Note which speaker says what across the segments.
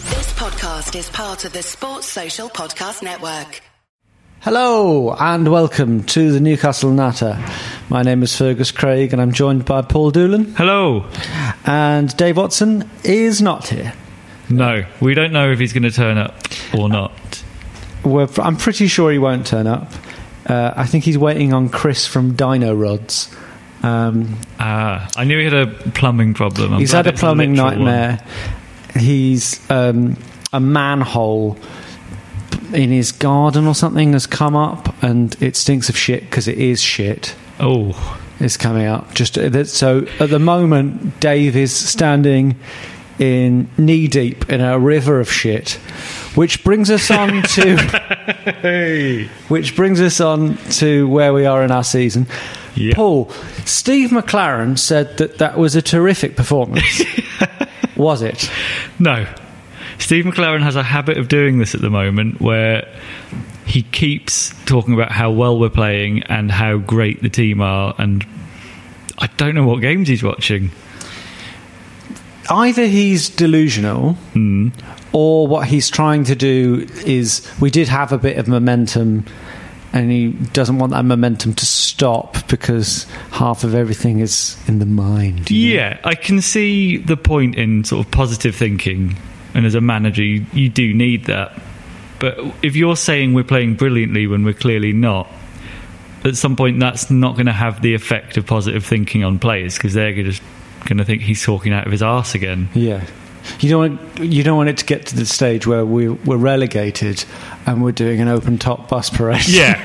Speaker 1: podcast is part of the Sports Social Podcast Network.
Speaker 2: Hello and welcome to the Newcastle Natter. My name is Fergus Craig and I'm joined by Paul Doolan.
Speaker 3: Hello.
Speaker 2: And Dave Watson is not here.
Speaker 3: No, we don't know if he's going to turn up or not.
Speaker 2: We're, I'm pretty sure he won't turn up. Uh, I think he's waiting on Chris from Dino Rods. Um,
Speaker 3: Ah, I knew he had a plumbing problem. I'm
Speaker 2: he's
Speaker 3: glad
Speaker 2: had a
Speaker 3: it's
Speaker 2: plumbing
Speaker 3: literal
Speaker 2: nightmare. He's um, a manhole in his garden or something has come up and it stinks of shit because it is shit.
Speaker 3: one. Oh,
Speaker 2: is coming up. Just uh, that- so at the moment, Dave is standing in knee deep in a river of shit, which brings us on to which brings us on to where we are in our season.
Speaker 3: Yeah.
Speaker 2: Paul, Steve McLaren said that that was a terrific performance. was it?
Speaker 3: no. Steve McLaren has a habit of doing this at the moment where he keeps talking about how well we're playing and how great the team are, and I don't know what games he's watching.
Speaker 2: Either he's delusional. Or what he's trying to do is, we did have a bit of momentum, and he doesn't want that momentum to stop because half of everything is in the mind. you know?
Speaker 3: Yeah, I can see the point in sort of positive thinking, and as a manager, you, you do need that. But if you're saying we're playing brilliantly when we're clearly not, at some point that's not going to have the effect of positive thinking on players because they're just going to think he's talking out of his arse again.
Speaker 2: yeah. You don't want you don't want it to get to the stage where we we're relegated and we're doing an open top bus parade.
Speaker 3: Yeah,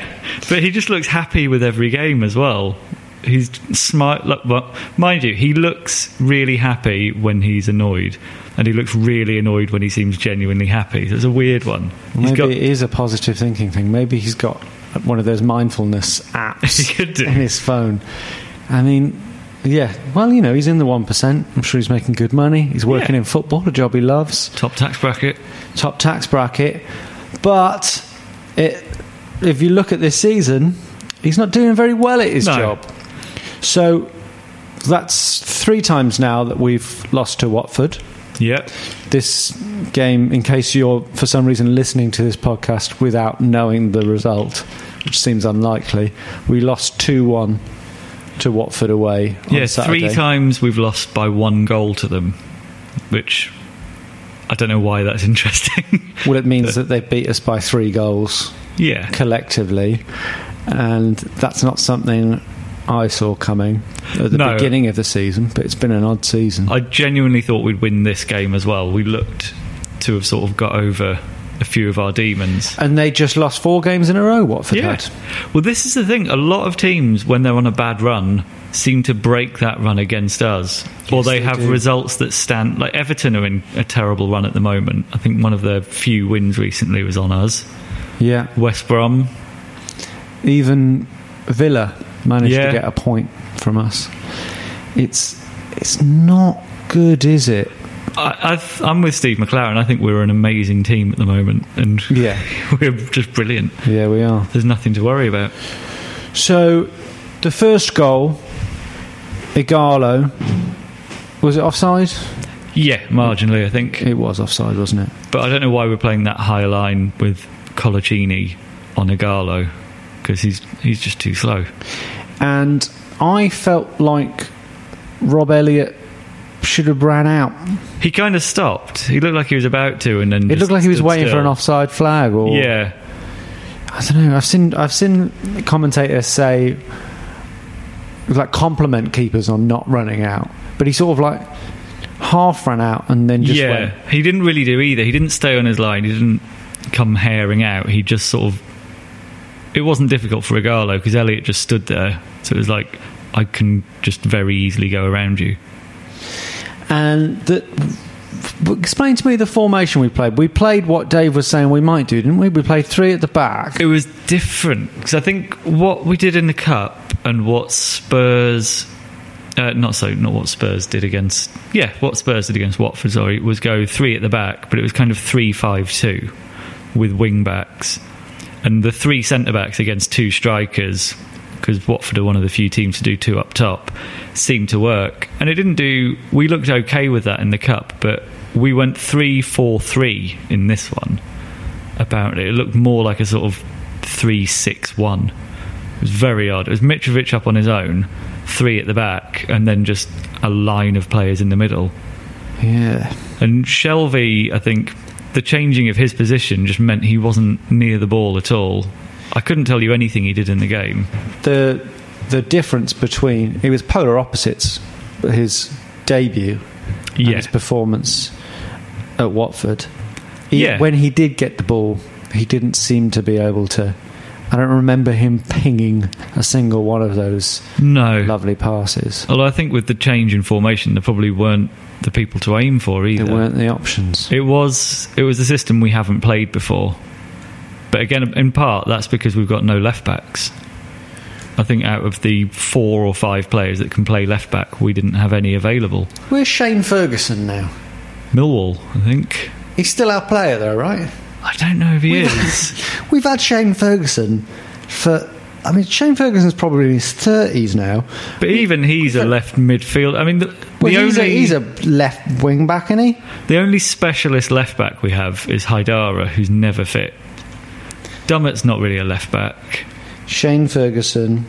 Speaker 3: but he just looks happy with every game as well. He's smart. Look, well, mind you, he looks really happy when he's annoyed, and he looks really annoyed when he seems genuinely happy. So it's a weird one. He's
Speaker 2: Maybe
Speaker 3: got-
Speaker 2: it is a positive thinking thing. Maybe he's got one of those mindfulness apps
Speaker 3: He could do.
Speaker 2: in his phone. I mean, yeah. Well, you know, he's in the one percent. I'm sure he's making good money. He's working
Speaker 3: Yeah.
Speaker 2: in football, a job he loves,
Speaker 3: top tax bracket.
Speaker 2: top tax bracket. But it, if you look at this season, he's not doing very well at his
Speaker 3: No.
Speaker 2: job. So that's three times now that we've lost to Watford
Speaker 3: Yep.
Speaker 2: this game in case you're for some reason listening to this podcast without knowing the result, which seems unlikely. We lost 2 1 to Watford away. On
Speaker 3: Yes,
Speaker 2: Saturday.
Speaker 3: three times we've lost by one goal to them, which I don't know why that's interesting.
Speaker 2: Well, it means that they beat us by three goals
Speaker 3: yeah.
Speaker 2: collectively, and that's not something I saw coming at the
Speaker 3: No.
Speaker 2: beginning of the season, but it's been an odd season.
Speaker 3: I genuinely thought we'd win this game as well. We looked to have sort of got over a few of our demons.
Speaker 2: and they just lost four games in a row, Watford
Speaker 3: Yeah.
Speaker 2: had.
Speaker 3: Well, this is the thing. A lot of teams, when they're on a bad run, seem to break that run against us, or
Speaker 2: Yes,
Speaker 3: they,
Speaker 2: they
Speaker 3: have
Speaker 2: do.
Speaker 3: results that stand. Like Everton are in a terrible run at the moment. I think one of their few wins recently was on us.
Speaker 2: Yeah.
Speaker 3: West Brom,
Speaker 2: even Villa managed to
Speaker 3: Yeah.
Speaker 2: get a point from us. It's it's not good, is it?
Speaker 3: I, I th- I'm with Steve McLaren. I think we're an amazing team at the moment, and
Speaker 2: Yeah.
Speaker 3: we're just brilliant.
Speaker 2: Yeah, we are.
Speaker 3: There's nothing to worry about.
Speaker 2: So the first goal, Igalo, was it offside?
Speaker 3: Yeah, marginally, I think.
Speaker 2: It was offside, wasn't it?
Speaker 3: But I don't know why we're playing that high line with Colaccini on Igalo because he's he's just too slow.
Speaker 2: And I felt like Rob Elliott should have ran out.
Speaker 3: He kind of stopped. He looked like he was about to, and then
Speaker 2: It looked like he was waiting for an offside flag, or
Speaker 3: Yeah,
Speaker 2: I don't know. I've seen I've seen commentators say like compliment keepers on not running out, but he sort of like half ran out and then just
Speaker 3: yeah.
Speaker 2: went.
Speaker 3: He didn't really do either. He didn't stay on his line. He didn't come haring out. He just sort of. It wasn't difficult for Igalo because Elliot just stood there, so it was like I can just very easily go around you.
Speaker 2: And the, w- explain to me the formation we played. We played what Dave was saying we might do, didn't we? We played three at the back.
Speaker 3: It was different because I think what we did in the cup and what Spurs, uh, not so, not what Spurs did against, yeah, what Spurs did against Watford, sorry, was go three at the back, but it was kind of three-five-two with wing backs and the three centre backs against two strikers because Watford are one of the few teams to do two up top seemed to work, and it didn't do. We looked okay with that in the cup, but we went three four three in this one. Apparently, it looked more like a sort of three six one. It was very odd. It was Mitrovic up on his own, three at the back, and then just a line of players in the middle.
Speaker 2: Yeah.
Speaker 3: And Shelby, I think the changing of his position just meant he wasn't near the ball at all. I couldn't tell you anything he did in the game.
Speaker 2: the the difference between it was polar opposites his debut and
Speaker 3: Yeah.
Speaker 2: his performance at Watford. He-
Speaker 3: Yeah.
Speaker 2: When he did get the ball, he didn't seem to be able to. I don't remember him pinging a single one of those
Speaker 3: No.
Speaker 2: lovely passes.
Speaker 3: Although I think with the change in formation, there probably weren't the people to aim for either.
Speaker 2: There weren't the options.
Speaker 3: It was it was a system we haven't played before. But again, in part, that's because we've got no left backs. I think out of the four or five players that can play left back, we didn't have any available.
Speaker 2: Where's Shane Ferguson now?
Speaker 3: Millwall, I think.
Speaker 2: He's still our player, though, right?
Speaker 3: I don't know if he is.
Speaker 2: We've had Shane Ferguson for. I mean, Shane Ferguson's probably in his 30s now.
Speaker 3: But even he's a left midfield. I mean, the,
Speaker 2: Well,
Speaker 3: the
Speaker 2: he's,
Speaker 3: only
Speaker 2: a, he's a left wing back, isn't he?
Speaker 3: The only specialist left back we have is Haidara, who's never fit. Dummett's not really a left back.
Speaker 2: Shane Ferguson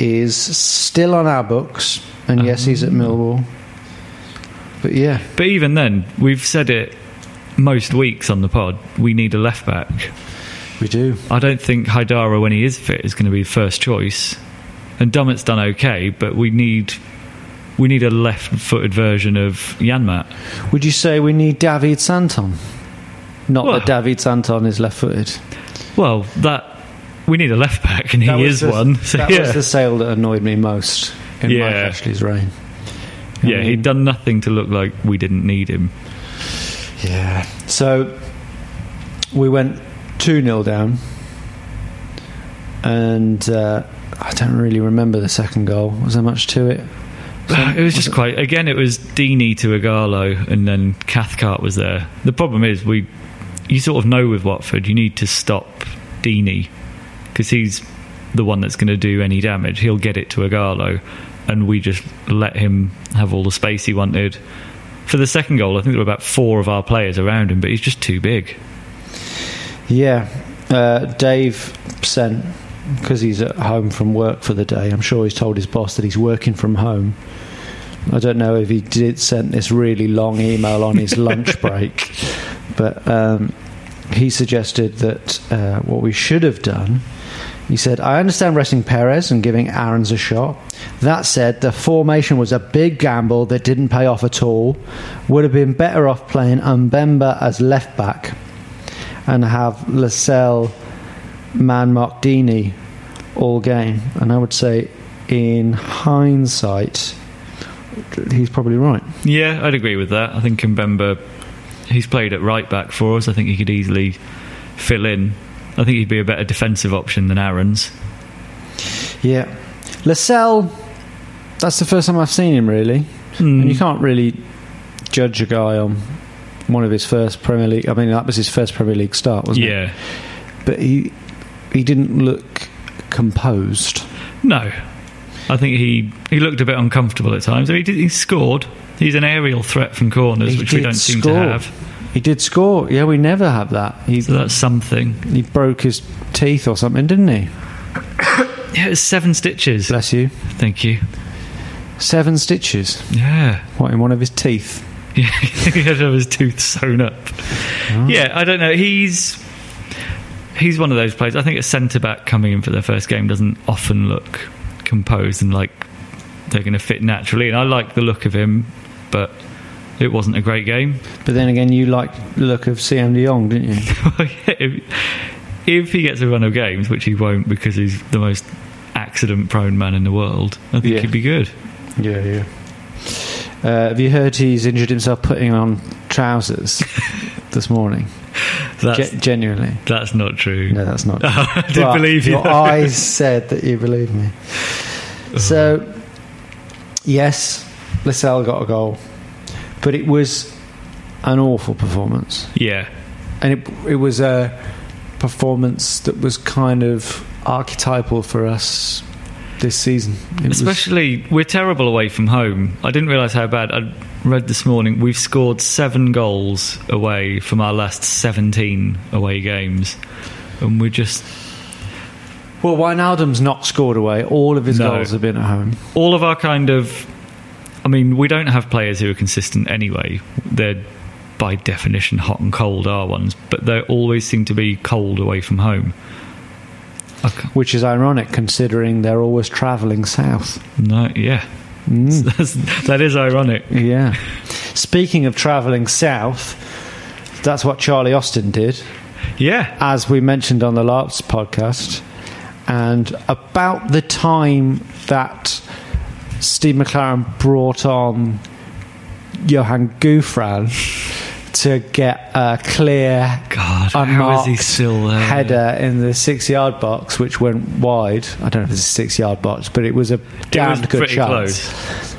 Speaker 2: is still on our books, and yes, he's at
Speaker 3: Ah.
Speaker 2: Millwall. But yeah,
Speaker 3: But even then, we've said it most weeks on the pod. We need a left back.
Speaker 2: we do.
Speaker 3: I don't think Haidara, when he is fit, is going to be first choice. And Dummett's done okay, but we need we need a left-footed version of Yanmat.
Speaker 2: Would you say we need David Santon? Not
Speaker 3: Well-
Speaker 2: that David Santon is left-footed.
Speaker 3: Well, that we need a left back, and
Speaker 2: That
Speaker 3: he
Speaker 2: was
Speaker 3: is
Speaker 2: the-
Speaker 3: one. So
Speaker 2: that
Speaker 3: yeah,
Speaker 2: was the sale that annoyed me most in
Speaker 3: Yeah.
Speaker 2: Mike Ashley's reign. Um, I
Speaker 3: yeah,
Speaker 2: mean-
Speaker 3: he'd done nothing to look like we didn't need him.
Speaker 2: Yeah. So we went 2 0 down. And uh, I don't really remember the second goal. Was there much to it?
Speaker 3: it was just quite. Again, it was Deeney to Agallo, and then Cathcart was there. The problem is, we you sort of know with Watford, you need to stop Deeney because he's the one that's going to do any damage. He'll get it to Agallo, and we just let him have all the space he wanted. For the second goal, I think there were about four of our players around him, but he's just too big.
Speaker 2: Yeah, uh, Dave sent because he's at home from work for the day. I'm sure he's told his boss that he's working from home. I don't know if he did send this really long email on his lunch break, but um, he suggested that uh, what we should have done. He said, I understand resting Perez and giving Aaron's a shot. That said, the formation was a big gamble that didn't pay off at all. Would have been better off playing Umbemba as left back and have Lascelles, Man Dini all game. And I would say, in hindsight, he's probably right.
Speaker 3: Yeah, I'd agree with that. I think Mbemba, he's played at right back for us. I think he could easily fill in. I think he'd be a better defensive option than Aaron's.
Speaker 2: Yeah. Lascelles, that's the first time I've seen him really. And
Speaker 3: Hmm.
Speaker 2: you can't really judge a guy on one of his first Premier League. I mean, that was his first Premier League start, wasn't it?
Speaker 3: yeah.
Speaker 2: But he he didn't look composed.
Speaker 3: No. I think he, he looked a bit uncomfortable at times. I mean, he, did, he scored. He's an aerial threat from corners,
Speaker 2: He
Speaker 3: which we
Speaker 2: did
Speaker 3: don't seem to
Speaker 2: score.
Speaker 3: have.
Speaker 2: He did score. Yeah, we never have that. He,
Speaker 3: So that's something.
Speaker 2: he broke his teeth or something, didn't he?
Speaker 3: Yeah, it's seven stitches.
Speaker 2: Bless you.
Speaker 3: Thank you.
Speaker 2: Seven stitches.
Speaker 3: Yeah.
Speaker 2: What in one of his teeth?
Speaker 3: Yeah, he had to have his tooth sewn up.
Speaker 2: Oh.
Speaker 3: Yeah, I don't know. He's he's one of those players. I think a centre back coming in for their first game doesn't often look composed and like they're going to fit naturally. And I like the look of him, but it wasn't a great game.
Speaker 2: But then again, you liked the look of CM de Jong, didn't you?
Speaker 3: if, if he gets a run of games, which he won't because he's the most accident-prone man in the world, I think
Speaker 2: Yeah.
Speaker 3: he'd be good.
Speaker 2: Yeah, yeah. Uh, have you heard he's injured himself putting on trousers this morning?
Speaker 3: That's
Speaker 2: Ge- genuinely.
Speaker 3: that's not true.
Speaker 2: No, that's not.
Speaker 3: I did
Speaker 2: But
Speaker 3: believe you. Uh-huh.
Speaker 2: Your eyes said that you believed me. So, yes, Lascelles got a goal, but it was an awful performance.
Speaker 3: Yeah.
Speaker 2: and it it was a performance that was kind of archetypal for us this season. It was-
Speaker 3: Especially, we're terrible away from home. I didn't realise how bad. I, read this morning we've scored seven goals away from our last 17 away games. And we're just.
Speaker 2: Well, Wijnaldum's not scored away. All of his
Speaker 3: No.
Speaker 2: goals have been at home.
Speaker 3: All of our kind of. I mean, we don't have players who are consistent anyway. They're by definition hot and cold, our ones, but they always seem to be cold away from home. I c-
Speaker 2: which is ironic considering they're always travelling south.
Speaker 3: No, yeah.
Speaker 2: Hmm.
Speaker 3: Mm. That's, that is ironic.
Speaker 2: Yeah. Speaking of travelling south, that's what Charlie Austin did,
Speaker 3: Yeah.
Speaker 2: as we mentioned on the last podcast. And about the time that Steve McLaren brought on Johan Gufran to get a clear
Speaker 3: God, how is
Speaker 2: unmarked
Speaker 3: he still there?
Speaker 2: header in the six yard box, which went wide. I don't know if it's a six yard box, but it was a
Speaker 3: It
Speaker 2: damn
Speaker 3: was
Speaker 2: good
Speaker 3: pretty
Speaker 2: chance.
Speaker 3: close.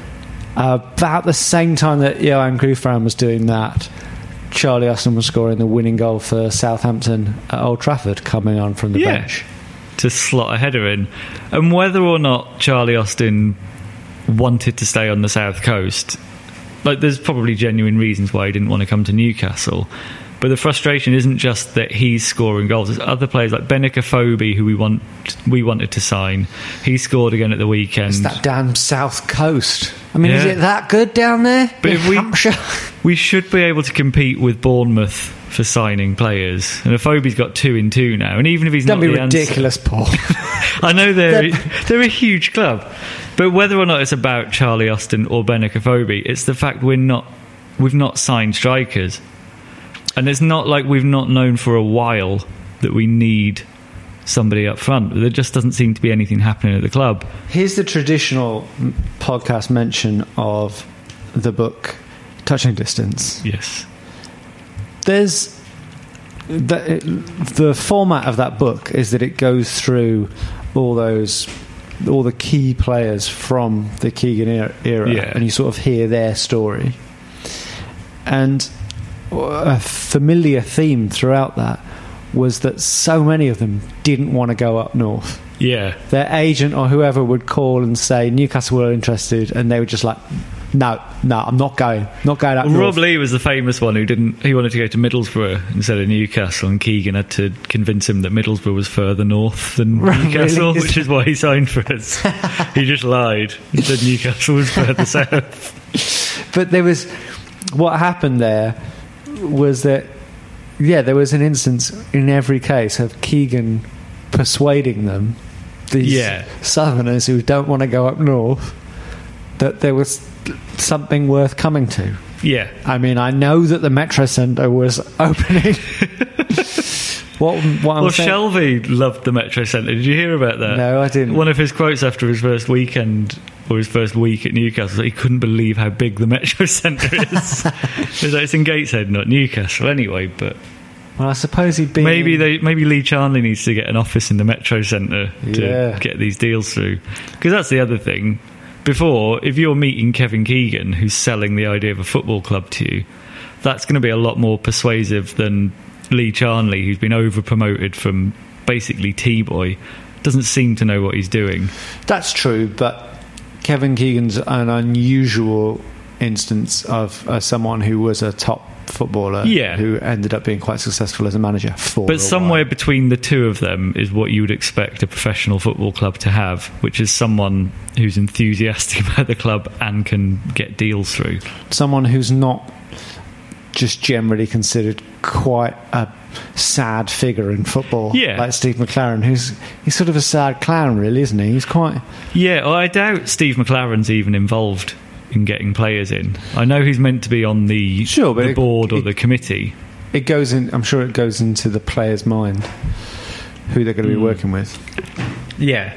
Speaker 2: About the same time that Johan Grufran was doing that, Charlie Austin was scoring the winning goal for Southampton at Old Trafford, coming on from the
Speaker 3: Yeah.
Speaker 2: bench.
Speaker 3: To slot a header in. And whether or not Charlie Austin wanted to stay on the south coast, like there's probably genuine reasons why he didn't want to come to Newcastle. But the frustration isn't just that he's scoring goals. It's other players like Benicophobe, who we want we wanted to sign. He scored again at the weekend.
Speaker 2: It's that damn south coast. I mean, is
Speaker 3: Yeah.
Speaker 2: it that good down there?
Speaker 3: But
Speaker 2: in
Speaker 3: if we-
Speaker 2: Hampshire?
Speaker 3: We should be able to compete with Bournemouth for signing players. And Afobe's got two in two now. And even if he's
Speaker 2: Don't
Speaker 3: not
Speaker 2: be
Speaker 3: the answer-
Speaker 2: ridiculous, Paul.
Speaker 3: I know they're
Speaker 2: They're-
Speaker 3: they're a huge club, but whether or not it's about Charlie Austin or Benicophobe, it's the fact we're not we've not signed strikers, and it's not like we've not known for a while that we need somebody up front. There just doesn't seem to be anything happening at the club.
Speaker 2: Here's the traditional m- podcast mention of the book Touching Distance.
Speaker 3: Yes,
Speaker 2: there's the, the format of that book is that it goes through all those all the key players from the Keegan era, era
Speaker 3: Yeah.
Speaker 2: and you sort of hear their story and a familiar theme throughout that was that so many of them didn't want to go up north
Speaker 3: yeah,
Speaker 2: their agent or whoever would call and say Newcastle were interested and they were just like no no I'm not going not going up
Speaker 3: Well,
Speaker 2: north
Speaker 3: Rob Lee was the famous one who didn't. He wanted to go to Middlesbrough instead of Newcastle, and Keegan had to convince him that Middlesbrough was further north than
Speaker 2: Right,
Speaker 3: Newcastle,
Speaker 2: really?
Speaker 3: which is why he signed for us. he just lied and said Newcastle was further south.
Speaker 2: but there was what happened there was that yeah there was an instance in every case of keegan persuading them these
Speaker 3: Yeah.
Speaker 2: southerners who don't want to go up north that there was something worth coming to
Speaker 3: Yeah,
Speaker 2: i mean i know that the metro centre was opening what, what i'm
Speaker 3: well,
Speaker 2: saying
Speaker 3: Shelby loved the Metro Centre. Did you hear about that?
Speaker 2: No, I didn't.
Speaker 3: One of his quotes after his first weekend or his first week at Newcastle was that he couldn't believe how big the Metro Centre is. It was like, it's in Gateshead, not Newcastle, anyway. But
Speaker 2: well i suppose he'd been
Speaker 3: Maybe they, maybe Lee Charnley needs to get an office in the Metro Centre to
Speaker 2: Yeah.
Speaker 3: get these deals through. Because that's the other thing. Before, if you're meeting Kevin Keegan, who's selling the idea of a football club to you, that's going to be a lot more persuasive than Lee Charnley, who's been over promoted from basically T boy, doesn't seem to know what he's doing.
Speaker 2: That's true, but Kevin Keegan's an unusual instance of uh, someone who was a top footballer
Speaker 3: Yeah.
Speaker 2: who ended up being quite successful as a manager for a
Speaker 3: But somewhere
Speaker 2: while.
Speaker 3: between the two of them is what you would expect a professional football club to have, which is someone who's enthusiastic about the club and can get deals through.
Speaker 2: someone who's not just generally considered quite a sad figure in football
Speaker 3: Yeah.
Speaker 2: like Steve McLaren who's he's sort of a sad clown really isn't he he's quite
Speaker 3: Yeah, well, I doubt Steve McLaren's even involved in getting players in. I know he's meant to be on the,
Speaker 2: Sure, but
Speaker 3: the
Speaker 2: it-
Speaker 3: board or
Speaker 2: it-
Speaker 3: the committee.
Speaker 2: it goes in I'm sure it goes into the player's mind who they're going
Speaker 3: Hmm.
Speaker 2: to be working with
Speaker 3: Yeah.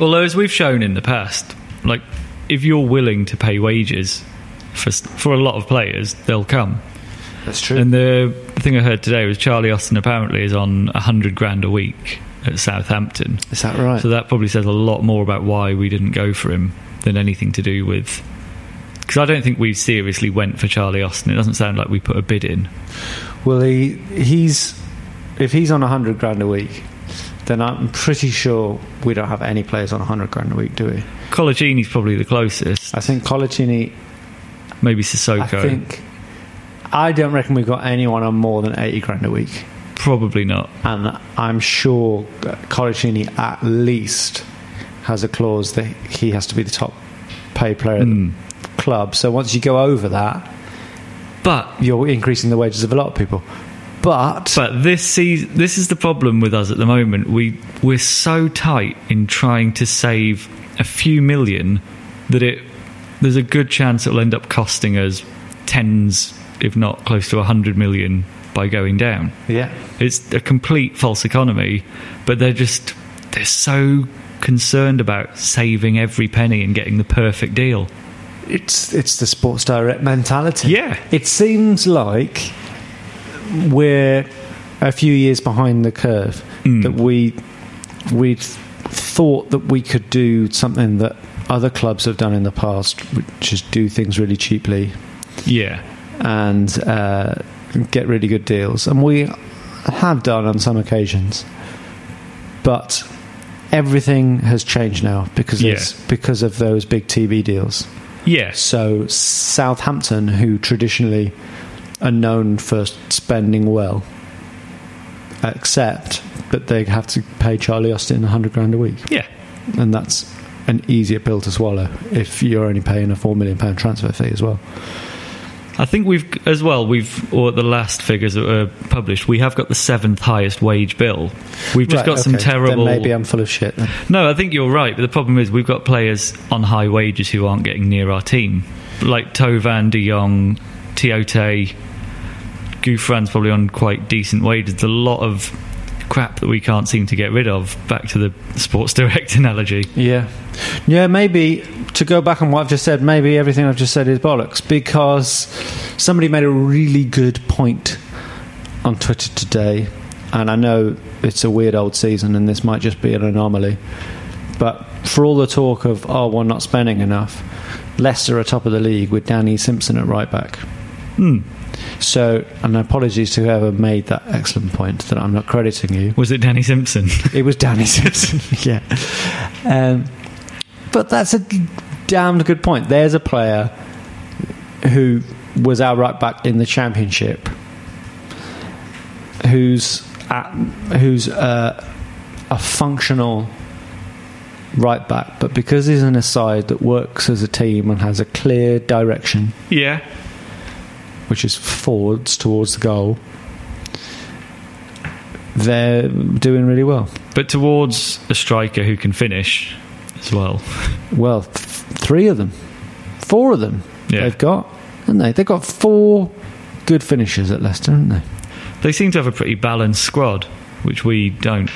Speaker 3: Although, as we've shown in the past, like if you're willing to pay wages for s- for a lot of players, they'll come.
Speaker 2: that's true
Speaker 3: And the thing I heard today was Charlie Austin apparently is on a hundred grand a week at Southampton.
Speaker 2: is that right
Speaker 3: So that probably says a lot more about why we didn't go for him than anything to do with. Because I don't think we seriously went for Charlie Austin. It doesn't sound like we put a bid in.
Speaker 2: Well, he he's if he's on hundred grand a week, then I'm pretty sure we don't have any players on hundred grand a week, do we?
Speaker 3: Collagene's probably the closest.
Speaker 2: I think Colaccini
Speaker 3: maybe Sissoko.
Speaker 2: I think I don't reckon we've got anyone on more than eighty grand a week,
Speaker 3: Probably not.
Speaker 2: and I'm sure that Colicini at least has a clause that he has to be the top paid player at
Speaker 3: Mm.
Speaker 2: the club. So once you go over that,
Speaker 3: But
Speaker 2: you're increasing the wages of a lot of people. But
Speaker 3: but this season, this is the problem with us at the moment. We we're so tight in trying to save a few million that it there's a good chance it'll end up costing us tens, if not close to a hundred million, by going down.
Speaker 2: yeah,
Speaker 3: It's a complete false economy, but they're just they're so concerned about saving every penny and getting the perfect deal.
Speaker 2: it's it's the Sports Direct mentality.
Speaker 3: Yeah.
Speaker 2: it seems like we're a few years behind the curve.
Speaker 3: Hmm.
Speaker 2: That we we thought that we could do something that other clubs have done in the past, which is do things really cheaply
Speaker 3: Yeah.
Speaker 2: and uh, get really good deals. And we have done on some occasions, but everything has changed now because
Speaker 3: Yeah.
Speaker 2: it's because of those big TV deals.
Speaker 3: Yes.
Speaker 2: So Southampton, who traditionally are known for spending well, accept that they have to pay Charlie Austin hundred grand a week,
Speaker 3: Yeah.
Speaker 2: and that's an easier pill to swallow if you're only paying a four million pound transfer fee as well.
Speaker 3: I think we've, as well, we've, or the last figures that were published, we have got the seventh highest wage bill. We've just
Speaker 2: Right,
Speaker 3: got some
Speaker 2: okay.
Speaker 3: terrible.
Speaker 2: Then maybe I'm full of shit. Then.
Speaker 3: no, I think you're right, but the problem is we've got players on high wages who aren't getting near our team. Like Tovan, De Jong, Tiote, Gouffran's probably on quite decent wages. There's a lot of crap that we can't seem to get rid of, back to the Sports Direct analogy.
Speaker 2: Yeah. Yeah, maybe to go back on what I've just said, maybe everything I've just said is bollocks because somebody made a really good point on Twitter today. And I know it's a weird old season and this might just be an anomaly. But for all the talk of, oh, we're not spending enough, Leicester are top of the league with Danny Simpson at right back.
Speaker 3: Hmm.
Speaker 2: So, and apologies to whoever made that excellent point that I'm not crediting you.
Speaker 3: Was it Danny Simpson?
Speaker 2: It was Danny Simpson. yeah. Um, but that's a damned good point. There's a player who was our right back in the championship, who's at, who's uh, a functional right back, but because he's in a side that works as a team and has a clear direction,
Speaker 3: yeah.
Speaker 2: which is forwards towards the goal, they're doing really well.
Speaker 3: But towards a striker who can finish as well.
Speaker 2: Well, th- three of them, four of them
Speaker 3: Yeah.
Speaker 2: they've got, haven't they? They've got four good finishers at Leicester, haven't they?
Speaker 3: They seem to have a pretty balanced squad, which we don't.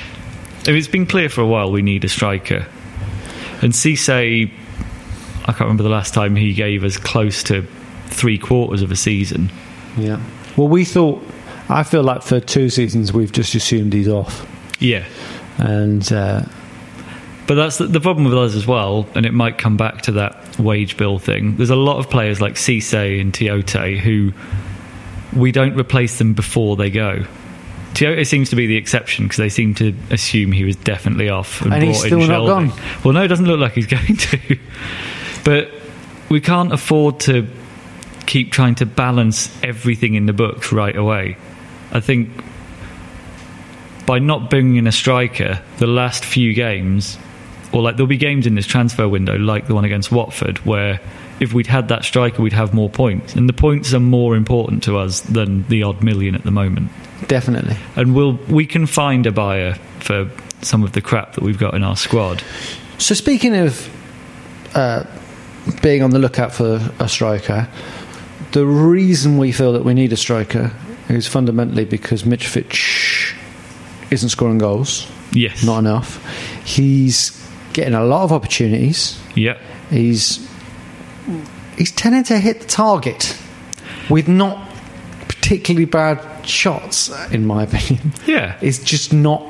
Speaker 3: I mean, it's been clear for a while we need a striker. And Cisse, I can't remember the last time he gave us close to three quarters of a season.
Speaker 2: Yeah. Well, we thought. I feel like for two seasons we've just assumed he's off,
Speaker 3: Yeah.
Speaker 2: and uh,
Speaker 3: But that's the, the problem with us as well, and it might come back to that wage bill thing. There's a lot of players like Cisse and Tiote who we don't replace them before they go. Tiote seems to be the exception because they seem to assume he was definitely off and,
Speaker 2: And
Speaker 3: brought
Speaker 2: he's
Speaker 3: in
Speaker 2: still not
Speaker 3: Shelby.
Speaker 2: gone.
Speaker 3: Well, no, it doesn't look like he's going to. but we can't afford to keep trying to balance everything in the books right away. I think by not bringing in a striker, the last few games, or like there'll be games in this transfer window, like the one against Watford, where if we'd had that striker, we'd have more points. And the points are more important to us than the odd million at the moment.
Speaker 2: definitely.
Speaker 3: And we'll we can find a buyer for some of the crap that we've got in our squad.
Speaker 2: So speaking of uh, being on the lookout for a striker, the reason we feel that we need a striker is fundamentally because Mitrovic isn't scoring goals,
Speaker 3: Yes.
Speaker 2: not enough. He's getting a lot of opportunities.
Speaker 3: Yep.
Speaker 2: He's he's tending to hit the target with not particularly bad shots, in my opinion.
Speaker 3: Yeah.
Speaker 2: It's just not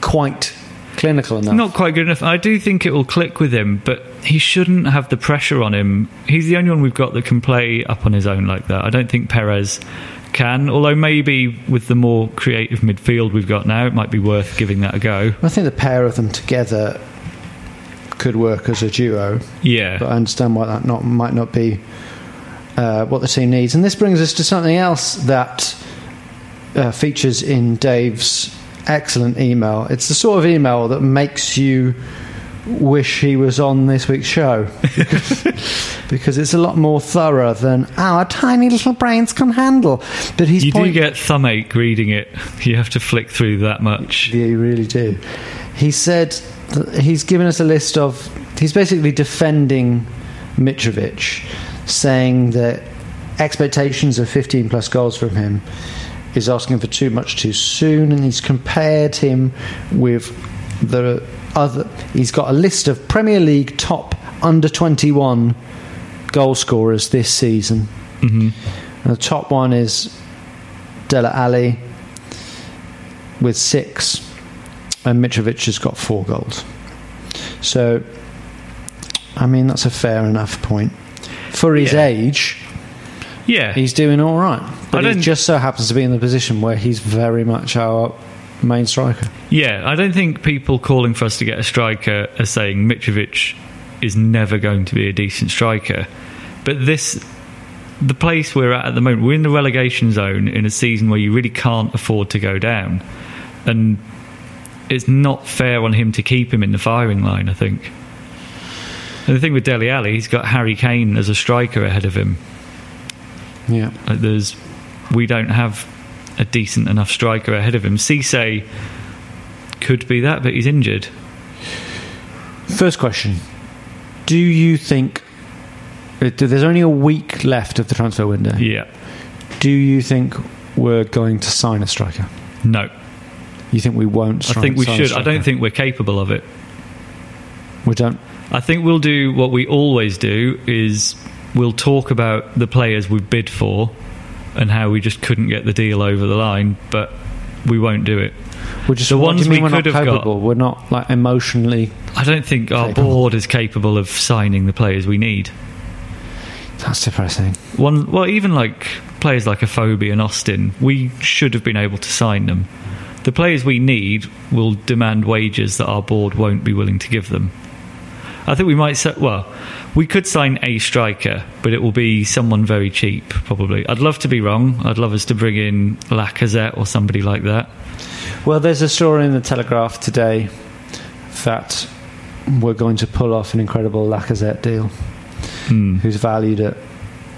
Speaker 2: quite clinical enough.
Speaker 3: Not quite good enough. I do think it will click with him, but he shouldn't have the pressure on him. He's the only one we've got that can play up on his own like that. I don't think Perez can, although maybe with the more creative midfield we've got now, it might be worth giving that a go.
Speaker 2: I think the pair of them together could work as a duo,
Speaker 3: Yeah.
Speaker 2: but I understand why that not might not be uh, what the team needs. And this brings us to something else that uh, features in Dave's excellent email. It's the sort of email that makes you wish he was on this week's show because it's a lot more thorough than our tiny little brains can handle. But he's
Speaker 3: You do
Speaker 2: point-
Speaker 3: get thumbache reading it. You have to flick through that much.
Speaker 2: Yeah, you really do. He said th- he's given us a list of. He's basically defending Mitrovic, saying that expectations of 15 plus goals from him is asking for too much too soon, and he's compared him with the other. He's got a list of Premier League top under 21 goal scorers this season.
Speaker 3: hmm
Speaker 2: And the top one is Della Ali with six, and Mitrovic has got four goals. So, I mean, that's a fair enough point. For his
Speaker 3: Yeah.
Speaker 2: age,
Speaker 3: Yeah.
Speaker 2: he's doing all right. But he
Speaker 3: don't-
Speaker 2: just so happens to be in the position where he's very much our main striker.
Speaker 3: Yeah, I don't think people calling for us to get a striker are saying Mitrovic is never going to be a decent striker. But this, the place we're at at the moment, we're in the relegation zone in a season where you really can't afford to go down. And it's not fair on him to keep him in the firing line, I think. And the thing with Deli Alley, he's got Harry Kane as a striker ahead of him.
Speaker 2: Yeah.
Speaker 3: Like there's, we don't have a decent enough striker ahead of him. Cisse could be that, but he's injured.
Speaker 2: First question Do you think. uh, There's only a week left of the transfer window.
Speaker 3: Yeah.
Speaker 2: Do you think we're going to sign a striker?
Speaker 3: No,
Speaker 2: You think we won't?
Speaker 3: I
Speaker 2: strike-
Speaker 3: think we
Speaker 2: sign
Speaker 3: should. I
Speaker 2: strike
Speaker 3: don't
Speaker 2: back?
Speaker 3: think we're capable of it.
Speaker 2: we don't.
Speaker 3: I think we'll do what we always do: is we'll talk about the players we've bid for and how we just couldn't get the deal over the line, but we won't do it.
Speaker 2: We're just
Speaker 3: The
Speaker 2: what do
Speaker 3: ones
Speaker 2: you mean
Speaker 3: we
Speaker 2: we're
Speaker 3: could
Speaker 2: not
Speaker 3: have got.
Speaker 2: capable. We're not like emotionally.
Speaker 3: I don't think our
Speaker 2: Capable.
Speaker 3: board is capable of signing the players we need.
Speaker 2: That's depressing.
Speaker 3: One, well, even like players like a Phobie and Austin, we should have been able to sign them. The players we need will demand wages that our board won't be willing to give them. I think we might set. Well, we could sign a striker, but it will be someone very cheap, probably. I'd love to be wrong. I'd love us to bring in Lacazette or somebody like that.
Speaker 2: Well, there's a story in the Telegraph today that we're going to pull off an incredible Lacazette deal,
Speaker 3: Hmm,
Speaker 2: who's valued at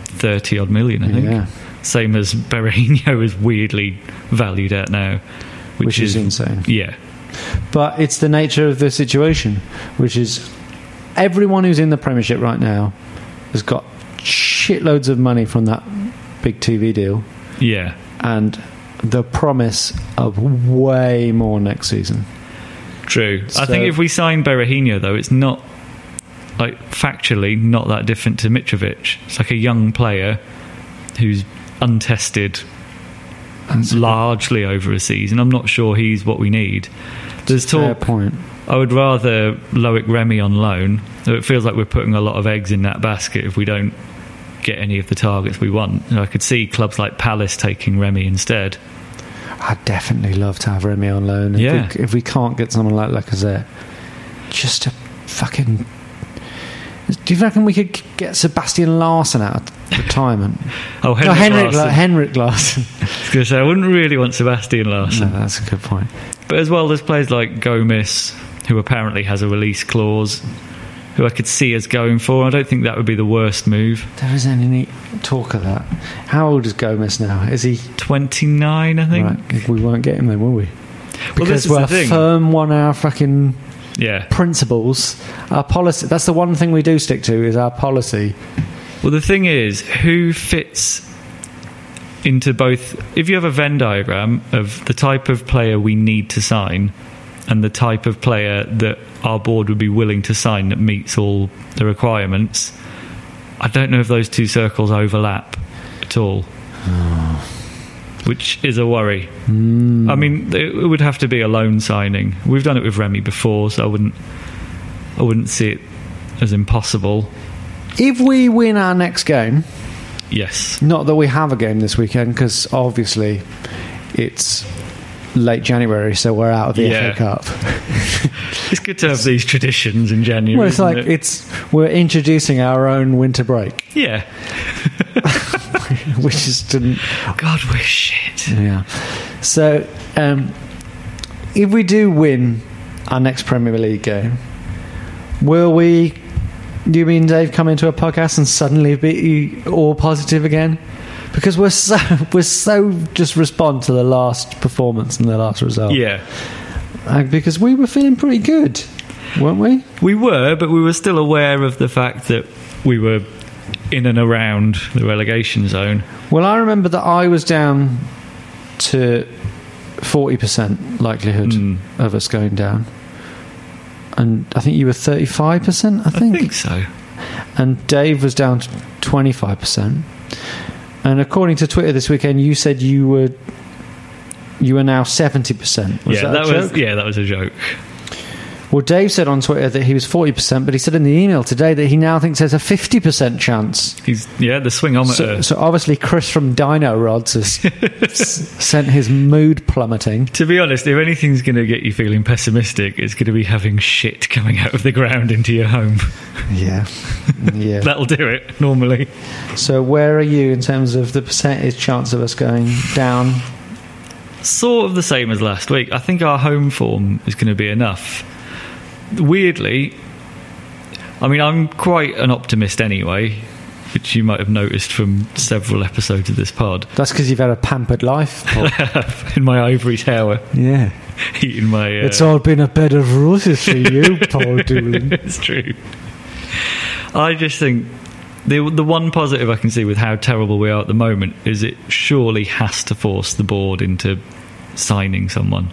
Speaker 3: Thirty odd million, I think.
Speaker 2: yeah,
Speaker 3: Same as Berreino is weirdly valued at now, which,
Speaker 2: which is insane.
Speaker 3: yeah,
Speaker 2: But it's the nature of the situation, which is everyone who's in the Premiership right now has got shitloads of money from that big TV deal.
Speaker 3: yeah.
Speaker 2: and the promise of way more next season.
Speaker 3: True. I
Speaker 2: So-
Speaker 3: think if we sign Berahino, though, it's not like factually not that different to Mitrovic. It's like a young player who's untested, largely over a season. I'm not sure he's what we need. There's
Speaker 2: Fair
Speaker 3: talk.
Speaker 2: point.
Speaker 3: I would rather Loic Remy on loan. though It feels like we're putting a lot of eggs in that basket if we don't get any of the targets we want. And I could see clubs like Palace taking Remy instead.
Speaker 2: I'd definitely love to have Remy on loan. If,
Speaker 3: Yeah.
Speaker 2: we, if we can't get someone like Lacazette, just a fucking. Do you reckon we could get Sebastian Larson out of retirement? no,
Speaker 3: Oh, Henrik,
Speaker 2: Henrik
Speaker 3: Larsson.
Speaker 2: Larson. Henrik Larson.
Speaker 3: I was going to say, I wouldn't really want Sebastian Larsen.
Speaker 2: no, that's a good point.
Speaker 3: But as well, there's players like Gomez, who apparently has a release clause, who I could see us going for. I don't think that would be the worst move.
Speaker 2: There isn't any talk of that. How old is Gomez now? Is he?
Speaker 3: 29, I think.
Speaker 2: Right, we won't get him then, will we?
Speaker 3: Well, this
Speaker 2: Because
Speaker 3: is the
Speaker 2: we're
Speaker 3: thing.
Speaker 2: firm on our fucking
Speaker 3: Yeah.
Speaker 2: principles, our policy. That's the one thing we do stick to is our policy.
Speaker 3: Well, the thing is, who fits into both? If you have a Venn diagram of the type of player we need to sign and the type of player that our board would be willing to sign that meets all the requirements, I don't know if those two circles overlap at all. Which is a worry. I mean, it it would have to be a loan signing. We've done it with Remy before, so I wouldn't, I wouldn't see it as impossible.
Speaker 2: If we win our next game,
Speaker 3: Yes,
Speaker 2: not that we have a game this weekend, because obviously it's late January, so we're out of the
Speaker 3: Yeah.
Speaker 2: FA Cup.
Speaker 3: It's good to have these traditions in January.
Speaker 2: Well, it's
Speaker 3: isn't
Speaker 2: like
Speaker 3: it?
Speaker 2: it's we're introducing our own winter break,
Speaker 3: yeah.
Speaker 2: which is didn't.
Speaker 3: God, we're shit.
Speaker 2: Yeah. So, um, if we do win our next Premier League game, will we? Do you mean Dave come into a podcast and suddenly be all positive again? Because we're so we're so just respond to the last performance and the last result.
Speaker 3: Yeah,
Speaker 2: Uh, because we were feeling pretty good, weren't we?
Speaker 3: we were, but we were still aware of the fact that we were in and around the relegation zone.
Speaker 2: Well, I remember that I was down to 40% likelihood
Speaker 3: Mm.
Speaker 2: of us going down. And I think you were 35%, I
Speaker 3: I
Speaker 2: think.
Speaker 3: think so.
Speaker 2: And Dave was down to 25%. And according to Twitter this weekend, you said you were you were now 70%. Was
Speaker 3: yeah,
Speaker 2: that,
Speaker 3: that,
Speaker 2: a
Speaker 3: was
Speaker 2: joke?
Speaker 3: yeah, that was a joke.
Speaker 2: Well, Dave said on Twitter that he was 40%, but he said in the email today that he now thinks there's a 50% chance
Speaker 3: He's yeah, the
Speaker 2: So,
Speaker 3: swingometer.
Speaker 2: so obviously, Chris from Dino Rods has s- sent his mood plummeting.
Speaker 3: to be honest, if anything's going to get you feeling pessimistic, it's going to be having shit coming out of the ground into your home.
Speaker 2: Yeah, yeah.
Speaker 3: That'll do it normally.
Speaker 2: so, where are you in terms of the percentage chance of us going down?
Speaker 3: sort of the same as last week. I think our home form is going to be enough. Weirdly, I mean, I'm quite an optimist anyway, which you might have noticed from several episodes of this pod
Speaker 2: That's because you've had a pampered life. Paul.
Speaker 3: in my ivory tower,
Speaker 2: yeah,
Speaker 3: eating my. Uh,
Speaker 2: it's all been a bed of roses for you, Paul Doolin.
Speaker 3: it's true. I just think the the one positive I can see with how terrible we are at the moment is it surely has to force the board into signing someone.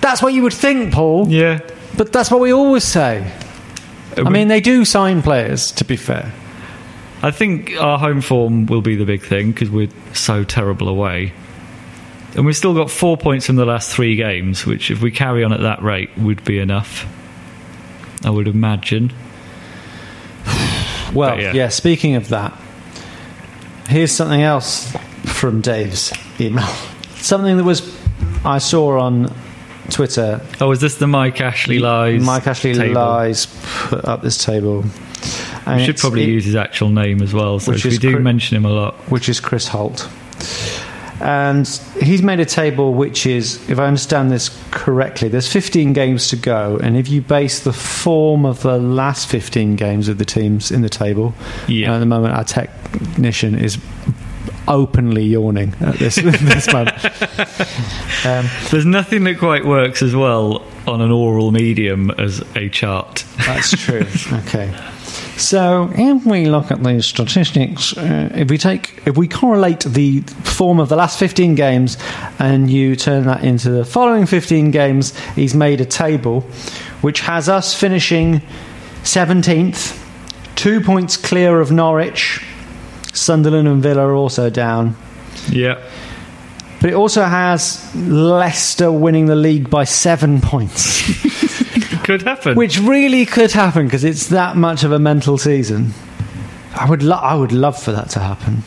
Speaker 2: That's what you would think, Paul.
Speaker 3: Yeah.
Speaker 2: But that's what we always say.
Speaker 3: Uh,
Speaker 2: I mean, they do sign players. To be fair,
Speaker 3: I think our home form will be the big thing because we're so terrible away. And we've still got four points from the last three games, which, if we carry on at that rate, would be enough. I would imagine.
Speaker 2: Well,
Speaker 3: But,
Speaker 2: yeah.
Speaker 3: yeah.
Speaker 2: speaking of that, here's something else from Dave's email. something that was I saw on Twitter.
Speaker 3: Oh, is this the Mike Ashley lies?
Speaker 2: Mike Ashley
Speaker 3: table?
Speaker 2: lies put up this table. And
Speaker 3: We should
Speaker 2: it's- e-
Speaker 3: probably
Speaker 2: it-
Speaker 3: use his actual name as well, so
Speaker 2: Which
Speaker 3: if we
Speaker 2: is
Speaker 3: do
Speaker 2: cr-
Speaker 3: mention him a lot.
Speaker 2: which is Chris Holt. And he's made a table which is, if I understand this correctly, there's 15 games to go, and if you base the form of the last 15 games of the teams in the table,
Speaker 3: Yeah.
Speaker 2: and at the moment our technician is openly yawning at this, this moment. Um,
Speaker 3: There's nothing that quite works as well on an oral medium as a chart.
Speaker 2: That's true. okay. So if we look at these statistics, uh, if we take if we correlate the form of the last 15 games and you turn that into the following 15 games, he's made a table which has us finishing 17th, 2 points clear of Norwich. Sunderland and Villa are also down.
Speaker 3: Yeah.
Speaker 2: But it also has Leicester winning the league by 7 points.
Speaker 3: Could happen.
Speaker 2: Which really could happen because it's that much of a mental season. I would, lo- I would love for that to happen.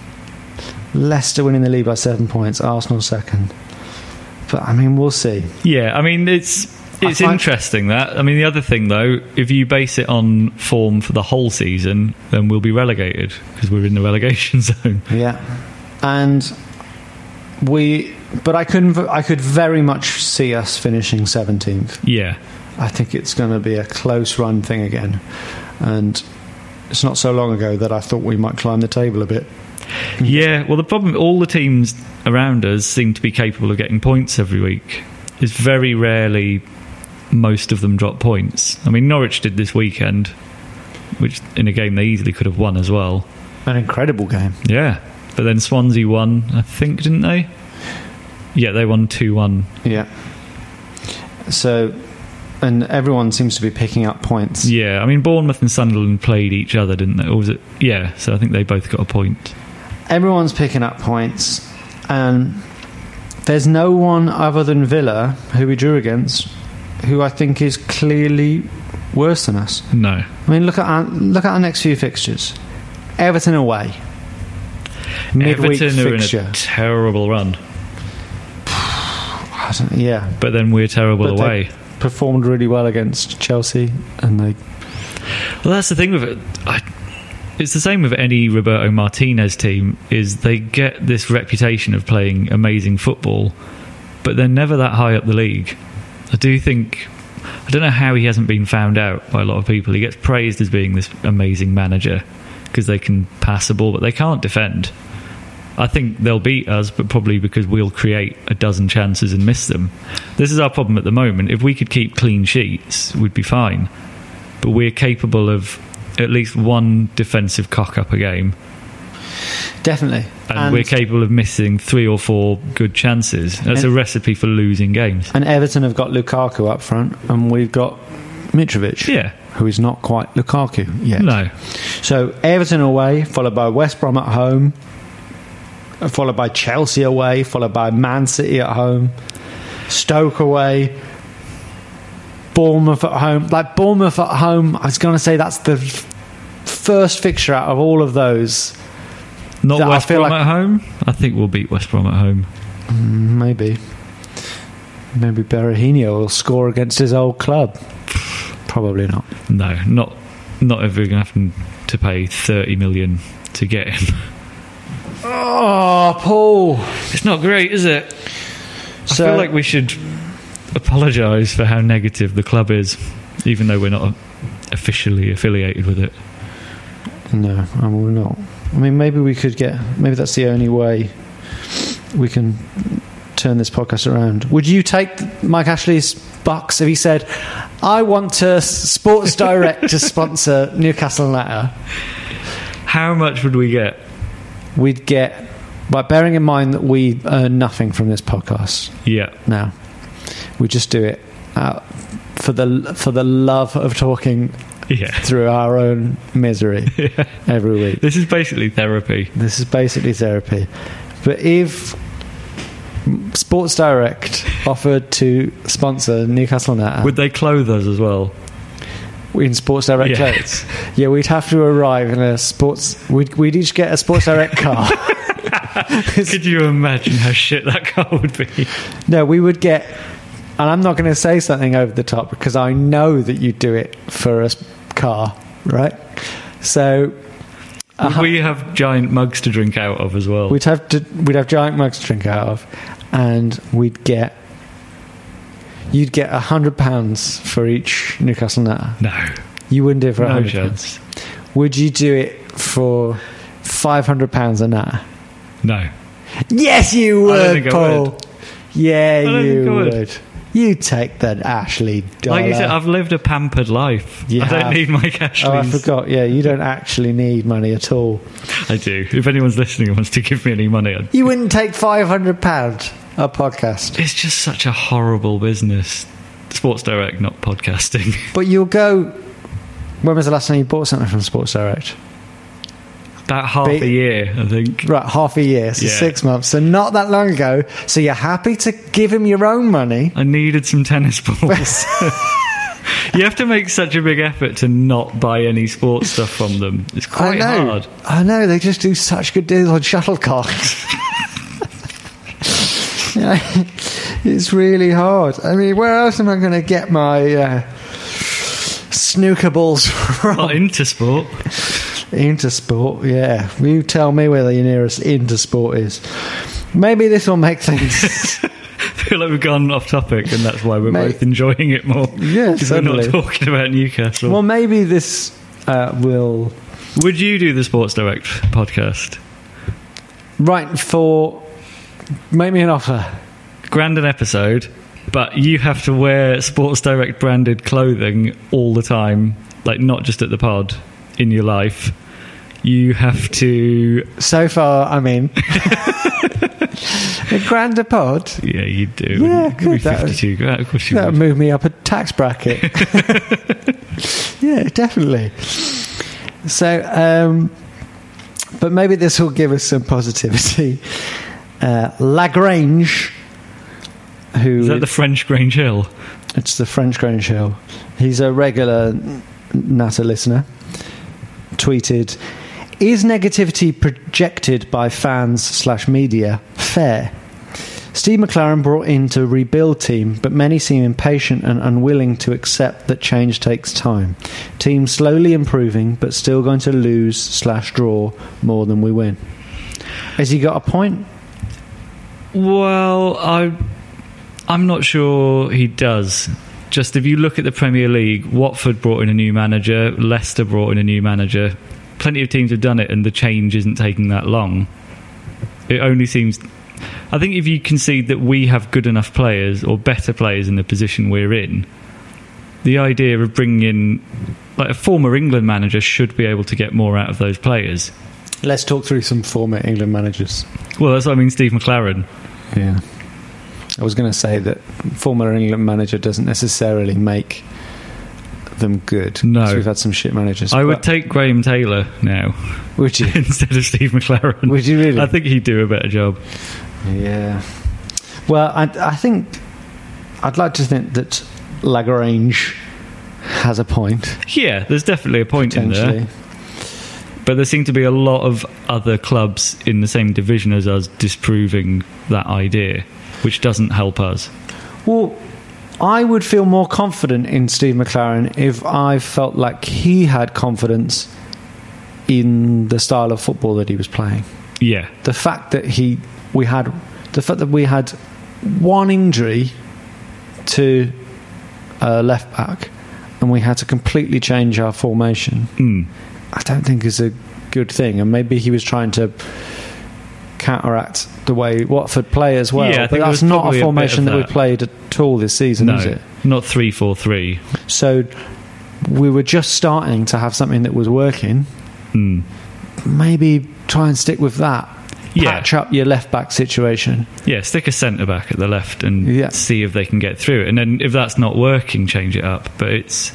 Speaker 2: Leicester winning the league by seven points, Arsenal second. But I mean, we'll see.
Speaker 3: Yeah, I mean it's
Speaker 2: I
Speaker 3: it's
Speaker 2: find-
Speaker 3: interesting that. I mean the other thing though, if you base it on form for the whole season, then we'll be relegated because we're in the relegation zone.
Speaker 2: Yeah, and we. But I could, I could very much see us finishing seventeenth.
Speaker 3: yeah.
Speaker 2: I think it's going to be a close run thing again, and it's not so long ago that I thought we might climb the table a bit.
Speaker 3: Yeah, well the problem all the teams around us seem to be capable of getting points every week. It's very rarely most of them drop points. I mean Norwich did this weekend, which in a game they easily could have won as well.
Speaker 2: An incredible game.
Speaker 3: Yeah. But then Swansea won, I think, didn't they? Yeah, they won 2 1
Speaker 2: Yeah. So, and everyone seems to be picking up points.
Speaker 3: Yeah, I mean Bournemouth and Sunderland played each other, didn't they? Or was it? Yeah, so I think they both got a point.
Speaker 2: Everyone's picking up points, and there's no one other than Villa, who we drew against, who I think is clearly worse than us.
Speaker 3: No,
Speaker 2: I mean, look at our, look at our next few fixtures: Everton away, midweek
Speaker 3: Everton are in
Speaker 2: fixture.
Speaker 3: a terrible run.
Speaker 2: I don't- yeah,
Speaker 3: but then we're terrible
Speaker 2: But they-
Speaker 3: away.
Speaker 2: performed really well against Chelsea, and they
Speaker 3: Well, that's the thing with it. I, it's the same with any Roberto Martinez team. Is they get this reputation of playing amazing football, but they're never that high up the league. I do think. I don't know how he hasn't been found out by a lot of people. He gets praised as being this amazing manager because they can pass the ball, but they can't defend. I think they'll beat us, but probably because we'll create a dozen chances and miss them. This is our problem at the moment. If we could keep clean sheets, we'd be fine but we're capable of at least one defensive cock up a game,
Speaker 2: definitely.
Speaker 3: and, we're capable of missing three or four good chances. That's a
Speaker 2: And-
Speaker 3: recipe for losing games.
Speaker 2: and Everton have got Lukaku up front, and we've got Mitrovic,
Speaker 3: Yeah.
Speaker 2: who is not quite Lukaku yet.
Speaker 3: No,
Speaker 2: So Everton away, followed by West Brom at home, followed by Chelsea away, followed by Man City at home, Stoke away, Bournemouth at home. Like Bournemouth at home, I was going to say that's the f- first fixture out of all of those.
Speaker 3: not
Speaker 2: That I
Speaker 3: West
Speaker 2: feel
Speaker 3: Brom
Speaker 2: like-
Speaker 3: at home. I think we'll beat West Brom at home.
Speaker 2: Maybe, maybe Berahino will score against his old club. Probably not.
Speaker 3: No, not not if we're going to have to pay thirty million to get him.
Speaker 2: Oh, Paul.
Speaker 3: It's not great, is it?
Speaker 2: So-
Speaker 3: I feel like we should apologise for how negative the club is, even though we're not officially affiliated with it.
Speaker 2: No, I mean, we're not. I mean, maybe we could get. Maybe that's the only way we can turn this podcast around. Would you take Mike Ashley's bucks if he said, "I want to Sports Direct to sponsor Newcastle United"?
Speaker 3: How much would we get?
Speaker 2: We'd get. By bearing in mind that we earn nothing from this podcast
Speaker 3: Yeah.
Speaker 2: now, we just do it uh, for the for the love of talking
Speaker 3: Yeah.
Speaker 2: through our own misery every week.
Speaker 3: This is basically therapy.
Speaker 2: This is basically therapy. But if Sports Direct offered to sponsor Newcastle United
Speaker 3: Would they clothe us as well?
Speaker 2: in Sports Direct
Speaker 3: Yeah.
Speaker 2: clothes, yeah, we'd have to arrive in a sports. We'd, we'd each get a Sports Direct car.
Speaker 3: Could you imagine how shit that car would be?
Speaker 2: no, we would get. And I'm not going to say something over the top because I know that you do it for a s- car, right? So
Speaker 3: Would we have giant mugs to drink out of as well?
Speaker 2: Uh-huh. We'd have to, we'd have giant mugs to drink out of, and we'd get you'd get a hundred pounds for each Newcastle natter.
Speaker 3: No,
Speaker 2: You wouldn't do it for a
Speaker 3: no
Speaker 2: hundred pounds.
Speaker 3: chance.
Speaker 2: Would you do it for five hundred pounds a natter?
Speaker 3: No.
Speaker 2: Yes, you
Speaker 3: I
Speaker 2: would,
Speaker 3: don't think I
Speaker 2: Paul.
Speaker 3: would.
Speaker 2: Yeah,
Speaker 3: don't
Speaker 2: you
Speaker 3: think I would.
Speaker 2: would. You take that Ashley dollar.
Speaker 3: Like you said, I've lived a pampered life.
Speaker 2: You
Speaker 3: I
Speaker 2: have.
Speaker 3: don't need my cash.
Speaker 2: oh, I
Speaker 3: leaves.
Speaker 2: forgot. Yeah, you don't actually need money at all.
Speaker 3: I do. If anyone's listening and wants to give me any money, I'd...
Speaker 2: You wouldn't take five hundred pounds a podcast.
Speaker 3: it's just such a horrible business. Sports Direct, not podcasting.
Speaker 2: But you'll go. When was the last time you bought something from Sports Direct?
Speaker 3: About half
Speaker 2: Be-
Speaker 3: a year, I think.
Speaker 2: Right, half a year, so
Speaker 3: Yeah.
Speaker 2: six months, so not that long ago. So you're happy to give him your own money.
Speaker 3: I needed some tennis balls. you have to make such a big effort to not buy any sports stuff from them. It's
Speaker 2: I
Speaker 3: quite
Speaker 2: know.
Speaker 3: hard.
Speaker 2: I know. They just do such good deals on shuttlecocks. You know, it's really hard. I mean, where else am I going to get my uh, snooker balls from?
Speaker 3: Not into sport.
Speaker 2: Intersport, yeah. You tell me where the nearest Intersport is. Maybe this will make things.
Speaker 3: I feel like we've gone off topic, and that's why we're
Speaker 2: Mate.
Speaker 3: both enjoying it more.
Speaker 2: Yeah,
Speaker 3: 'Cause we're not
Speaker 2: certainly.
Speaker 3: talking about Newcastle.
Speaker 2: Well, maybe this uh, will
Speaker 3: Would you do the Sports Direct podcast?
Speaker 2: right for make me an offer.
Speaker 3: Grand an episode, but you have to wear Sports Direct branded clothing all the time, like not just at the pod in your life. You have to.
Speaker 2: So far, I'm in. a grand a pod.
Speaker 3: Yeah, you do.
Speaker 2: Yeah,
Speaker 3: it could be
Speaker 2: good, that-
Speaker 3: fifty-two grand. Of course you
Speaker 2: That
Speaker 3: would.
Speaker 2: would move me up a tax bracket. yeah, definitely. So, um, but maybe this will give us some positivity. Uh, Lagrange, who
Speaker 3: Is that the French Grange Hill?
Speaker 2: It's the French Grange Hill. He's a regular NASA listener. Tweeted, "Is negativity projected by fans slash media fair? Steve McLaren brought in to rebuild team, but many seem impatient and unwilling to accept that change takes time. Team slowly improving, but still going to lose slash draw more than we win. Has he got a point?
Speaker 3: Well, I, I'm not sure he does. Just if you look at the Premier League, Watford brought in a new manager, Leicester brought in a new manager. Plenty of teams have done it, and the change isn't taking that long. It only seems. I think if you concede that we have good enough players or better players in the position we're in, the idea of bringing in like a former England manager should be able to get more out of those players.
Speaker 2: Let's talk through some former England managers.
Speaker 3: Well, that's what I mean, Steve McLaren.
Speaker 2: Yeah. I was going to say that former England manager doesn't necessarily make them good.
Speaker 3: No.
Speaker 2: So we've had some shit managers.
Speaker 3: I would
Speaker 2: But-
Speaker 3: take Graham Taylor now
Speaker 2: Would you?
Speaker 3: instead of Steve McLaren.
Speaker 2: Would you really?
Speaker 3: I think he'd do a better job.
Speaker 2: Yeah. Well, I, I think I'd like to think that Lagrange has a point
Speaker 3: Yeah, there's definitely a point in there.
Speaker 2: potentially.
Speaker 3: But there seem to be a lot of other clubs in the same division as us disproving that idea, which doesn't help us.
Speaker 2: Well, I would feel more confident in Steve McLaren if I felt like he had confidence in the style of football that he was playing.
Speaker 3: Yeah.
Speaker 2: The fact that he we had the fact that we had one injury to a left back and we had to completely change our formation.
Speaker 3: Mm.
Speaker 2: I don't think is a good thing. And maybe he was trying to counteract the way Watford play as well.
Speaker 3: Yeah, I
Speaker 2: but
Speaker 3: think there
Speaker 2: that's
Speaker 3: was
Speaker 2: not
Speaker 3: probably
Speaker 2: a
Speaker 3: a bit
Speaker 2: formation
Speaker 3: of
Speaker 2: that we
Speaker 3: that.
Speaker 2: played at all this season,
Speaker 3: No,
Speaker 2: is it?
Speaker 3: not 3 4 3.
Speaker 2: So we were just starting to have something that was working.
Speaker 3: Mm.
Speaker 2: Maybe try and stick with that.
Speaker 3: Yeah.
Speaker 2: Patch up your left back situation.
Speaker 3: Yeah, stick a centre back at the left and
Speaker 2: Yeah.
Speaker 3: see if they can get through it. And then if that's not working, change it up. But it's.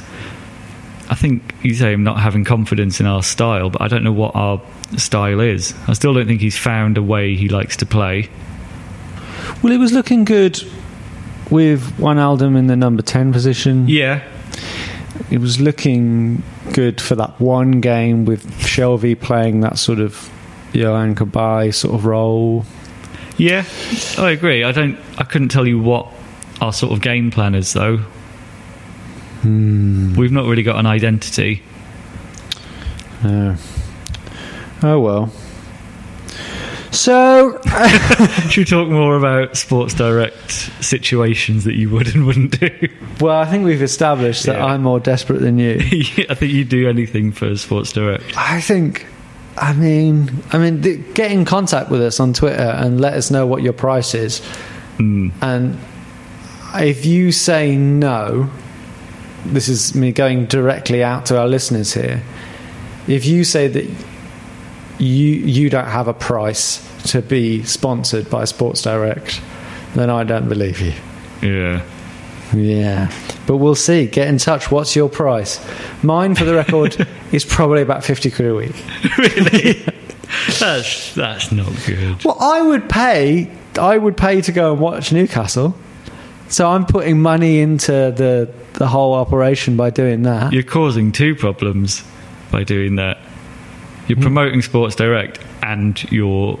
Speaker 3: I think you say him not having confidence in our style, but I don't know what our style is. I still don't think he's found a way he likes to play.
Speaker 2: Well, it was looking good with Wijnaldum in the number 10 position.
Speaker 3: Yeah.
Speaker 2: It was looking good for that one game with Shelby playing that sort of Johan Kabay sort of role.
Speaker 3: Yeah, I agree. I don't. I couldn't tell you what our sort of game plan is, though. We've not really got an identity.
Speaker 2: Yeah. Oh well. So
Speaker 3: Should we talk more about Sports Direct situations that you would and wouldn't do?
Speaker 2: well, I think we've established that
Speaker 3: Yeah.
Speaker 2: I'm more desperate than you.
Speaker 3: I think you'd do anything for Sports Direct.
Speaker 2: I think. I mean, I mean, th- get in contact with us on Twitter and let us know what your price is.
Speaker 3: Mm.
Speaker 2: And if you say no, this is me going directly out to our listeners here. If you say that you you don't have a price to be sponsored by Sports Direct, then I don't believe you.
Speaker 3: Yeah.
Speaker 2: Yeah. But we'll see. Get in touch. What's your price? Mine, for the record, is probably about 50 quid a week.
Speaker 3: That's that's not good.
Speaker 2: Well, I would pay. I would pay to go and watch Newcastle. So I'm putting money into the, the whole operation by doing that.
Speaker 3: You're causing two problems by doing that. You're promoting Sports Direct and you're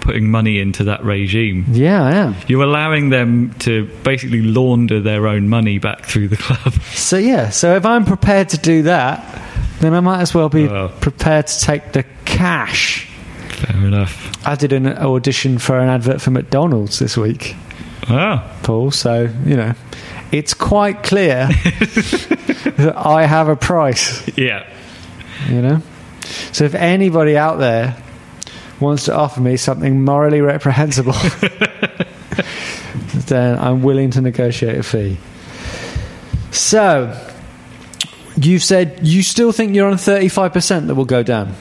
Speaker 3: putting money into that regime.
Speaker 2: yeah, I am.
Speaker 3: You're allowing them to basically launder their own money back through the club.
Speaker 2: So yeah, so if I'm prepared to do that, then I might as well be
Speaker 3: Well.
Speaker 2: prepared to take the cash.
Speaker 3: Fair enough.
Speaker 2: I did an audition for an advert for McDonald's this week,
Speaker 3: Ah,
Speaker 2: Paul. So you know, it's quite clear that I have a price.
Speaker 3: yeah.
Speaker 2: you know so if anybody out there wants to offer me something morally reprehensible then i'm willing to negotiate a fee so you've said you still think you're on 35% that will go down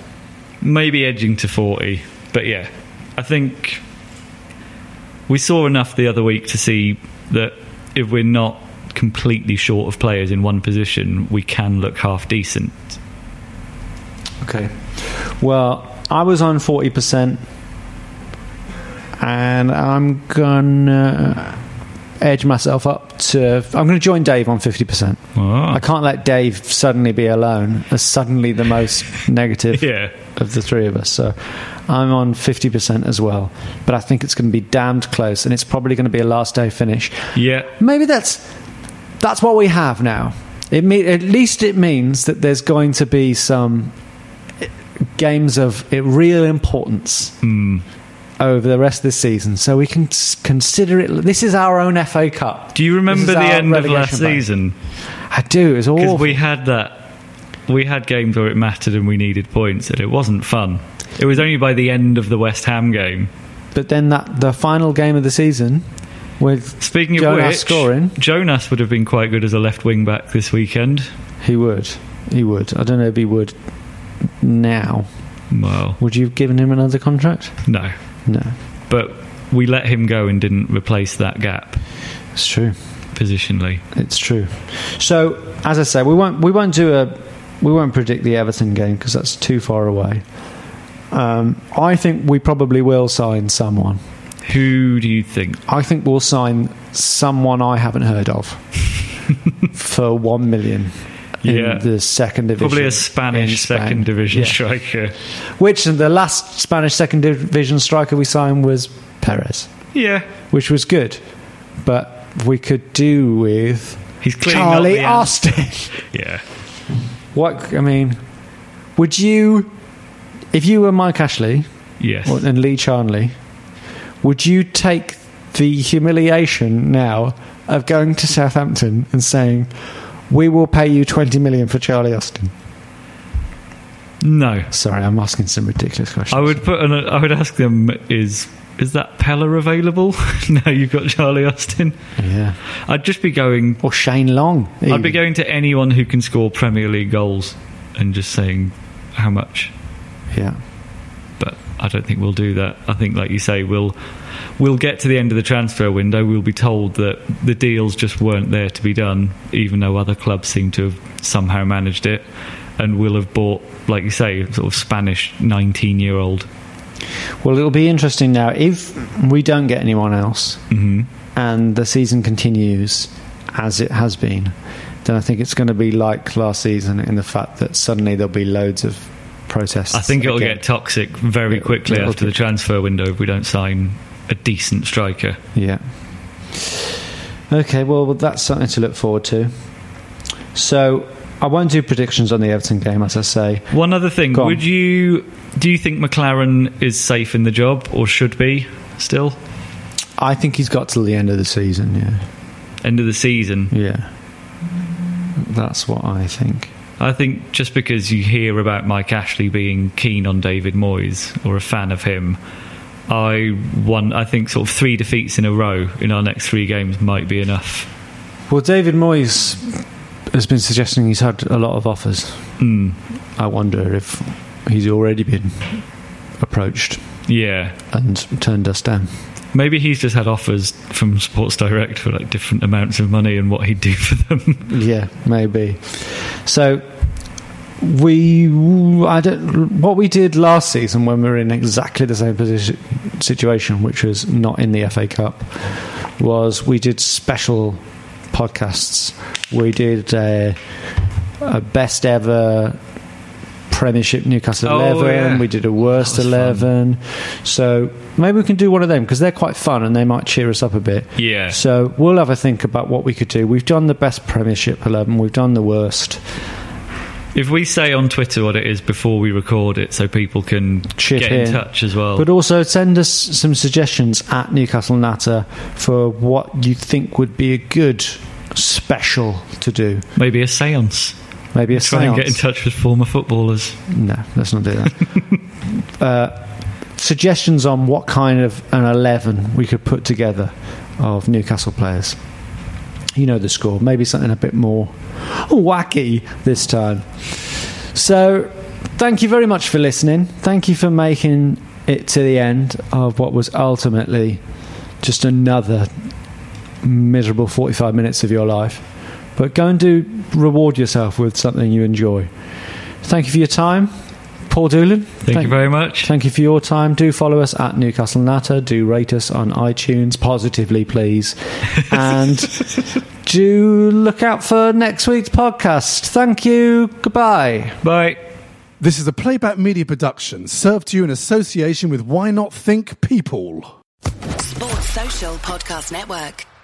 Speaker 3: Maybe edging to 40. But yeah, I think we saw enough the other week to see that if we're not completely short of players in one position, we can look half decent.
Speaker 2: okay well i was on 40% and i'm gonna edge myself up to. I'm going to join Dave on 50%.
Speaker 3: Ah.
Speaker 2: I can't let Dave suddenly be alone as suddenly the most negative
Speaker 3: Yeah.
Speaker 2: of the three of us. So I'm on 50% as well. But I think it's going to be damned close and it's probably going to be a last day finish.
Speaker 3: Yeah.
Speaker 2: Maybe that's that's what we have now. It me- at least it means that there's going to be some eh, games of eh, real importance
Speaker 3: Hmm.
Speaker 2: over the rest of this season, so we can s- consider it. This is our own FA Cup.
Speaker 3: Do you remember
Speaker 2: is
Speaker 3: the
Speaker 2: our
Speaker 3: end of
Speaker 2: relegation
Speaker 3: last
Speaker 2: battle.
Speaker 3: season?
Speaker 2: I do. It's all
Speaker 3: Because we had that. We had games where it mattered and we needed points, and it wasn't fun. It was only by the end of the West Ham game.
Speaker 2: But then that the final game of the season with
Speaker 3: Speaking of
Speaker 2: Jonas
Speaker 3: which,
Speaker 2: scoring,
Speaker 3: Jonas would have been quite good as a left wing back this weekend.
Speaker 2: he would. He would. I don't know if he would now.
Speaker 3: Well,
Speaker 2: Would you have given him another contract?
Speaker 3: no,
Speaker 2: No,
Speaker 3: but we let him go and didn't replace that gap
Speaker 2: it's true.
Speaker 3: positionally.
Speaker 2: It's true. So as I say, we won't we won't do a we won't predict the Everton game because that's too far away. Um, I think we probably will sign someone.
Speaker 3: Who do you think?
Speaker 2: I think we'll sign someone I haven't heard of for one million in
Speaker 3: Yeah.
Speaker 2: the second division.
Speaker 3: Probably a
Speaker 2: in
Speaker 3: Spanish
Speaker 2: Spain.
Speaker 3: second division
Speaker 2: Yeah.
Speaker 3: striker.
Speaker 2: Which the last Spanish second division striker we signed was Perez,
Speaker 3: Yeah,
Speaker 2: which was good, but we could do with
Speaker 3: he's cleaning up
Speaker 2: Charlie
Speaker 3: the
Speaker 2: Austin.
Speaker 3: end. Yeah,
Speaker 2: what I mean, would you, if you were Mike Ashley
Speaker 3: yes.
Speaker 2: or, and Lee Charnley, would you take the humiliation now of going to Southampton and saying, "We will pay you twenty million for Charlie Austin"?
Speaker 3: No,
Speaker 2: Sorry, I'm asking some ridiculous questions.
Speaker 3: I would put. An, I would ask them: Is is that Pella available? now you've got Charlie Austin.
Speaker 2: yeah,
Speaker 3: I'd just be going.
Speaker 2: or Shane Long.
Speaker 3: I'd be
Speaker 2: even.
Speaker 3: going to anyone who can score Premier League goals and just saying how much.
Speaker 2: Yeah,
Speaker 3: but I don't think we'll do that. I think, like you say, we'll we'll get to the end of the transfer window. We'll be told that the deals just weren't there to be done, even though other clubs seem to have somehow managed it, and we'll have bought, like you say, sort of Spanish nineteen-year-old.
Speaker 2: well, it'll be interesting now if we don't get anyone else.
Speaker 3: hmm
Speaker 2: and the season continues as it has been, then I think it's going to be like last season in the fact that suddenly there'll be loads of protests.
Speaker 3: I think it'll
Speaker 2: again.
Speaker 3: get toxic very
Speaker 2: It'll-
Speaker 3: quickly
Speaker 2: it'll
Speaker 3: after
Speaker 2: do.
Speaker 3: the transfer window if we don't sign a decent striker.
Speaker 2: Yeah. Okay, well, that's something to look forward to. So I won't do predictions on the Everton game, as I say.
Speaker 3: One other thing:
Speaker 2: Go on.
Speaker 3: Would you do you think McLaren is safe in the job or should be still
Speaker 2: I think he's got till the end of the season. Yeah,
Speaker 3: end of the season?
Speaker 2: yeah. That's what I think.
Speaker 3: I think just because you hear about Mike Ashley being keen on David Moyes or a fan of him, I won. I think sort of three defeats in a row in our next three games might be enough.
Speaker 2: Well, David Moyes has been suggesting he's had a lot of offers.
Speaker 3: Mm,
Speaker 2: I wonder if he's already been approached
Speaker 3: yeah,
Speaker 2: and turned us down.
Speaker 3: maybe he's just had offers from Sports Direct for like different amounts of money and what he'd do for them.
Speaker 2: Yeah, maybe. So we, I don't. What we did last season when we were in exactly the same position, situation, which was not in the FA Cup, was we did special podcasts. We did a, a best ever. Premiership Newcastle
Speaker 3: Oh,
Speaker 2: 11,
Speaker 3: yeah.
Speaker 2: we did a worst
Speaker 3: That was fun.
Speaker 2: 11. So maybe we can do one of them because they're quite fun and they might cheer us up a bit.
Speaker 3: yeah,
Speaker 2: So we'll have a think about what we could do. We've done the best Premiership 11, we've done the worst.
Speaker 3: if we say on Twitter what it is before we record it, so people can
Speaker 2: Chip
Speaker 3: get
Speaker 2: in.
Speaker 3: in touch as well.
Speaker 2: But also send us some suggestions at Newcastle Natter for what you think would be a good special to do.
Speaker 3: maybe a séance.
Speaker 2: Maybe a
Speaker 3: Try and get in
Speaker 2: seance.
Speaker 3: touch with former footballers.
Speaker 2: No, let's not do that. uh, suggestions on what kind of an 11 we could put together of Newcastle players. You know the score. Maybe something a bit more wacky this time. So, thank you very much for listening. Thank you for making it to the end of what was ultimately just another miserable 45 minutes of your life. But go and do reward yourself with something you enjoy. Thank you for your time. Paul Doolin.
Speaker 3: Thank, you very much.
Speaker 2: Thank you for your time. Do follow us at Newcastle Natter. Do rate us on iTunes positively, please. And do look out for next week's podcast. Thank you. Goodbye.
Speaker 3: Bye.
Speaker 4: This is a playback media production served to you in association with Why Not Think People.
Speaker 1: Sports Social Podcast Network.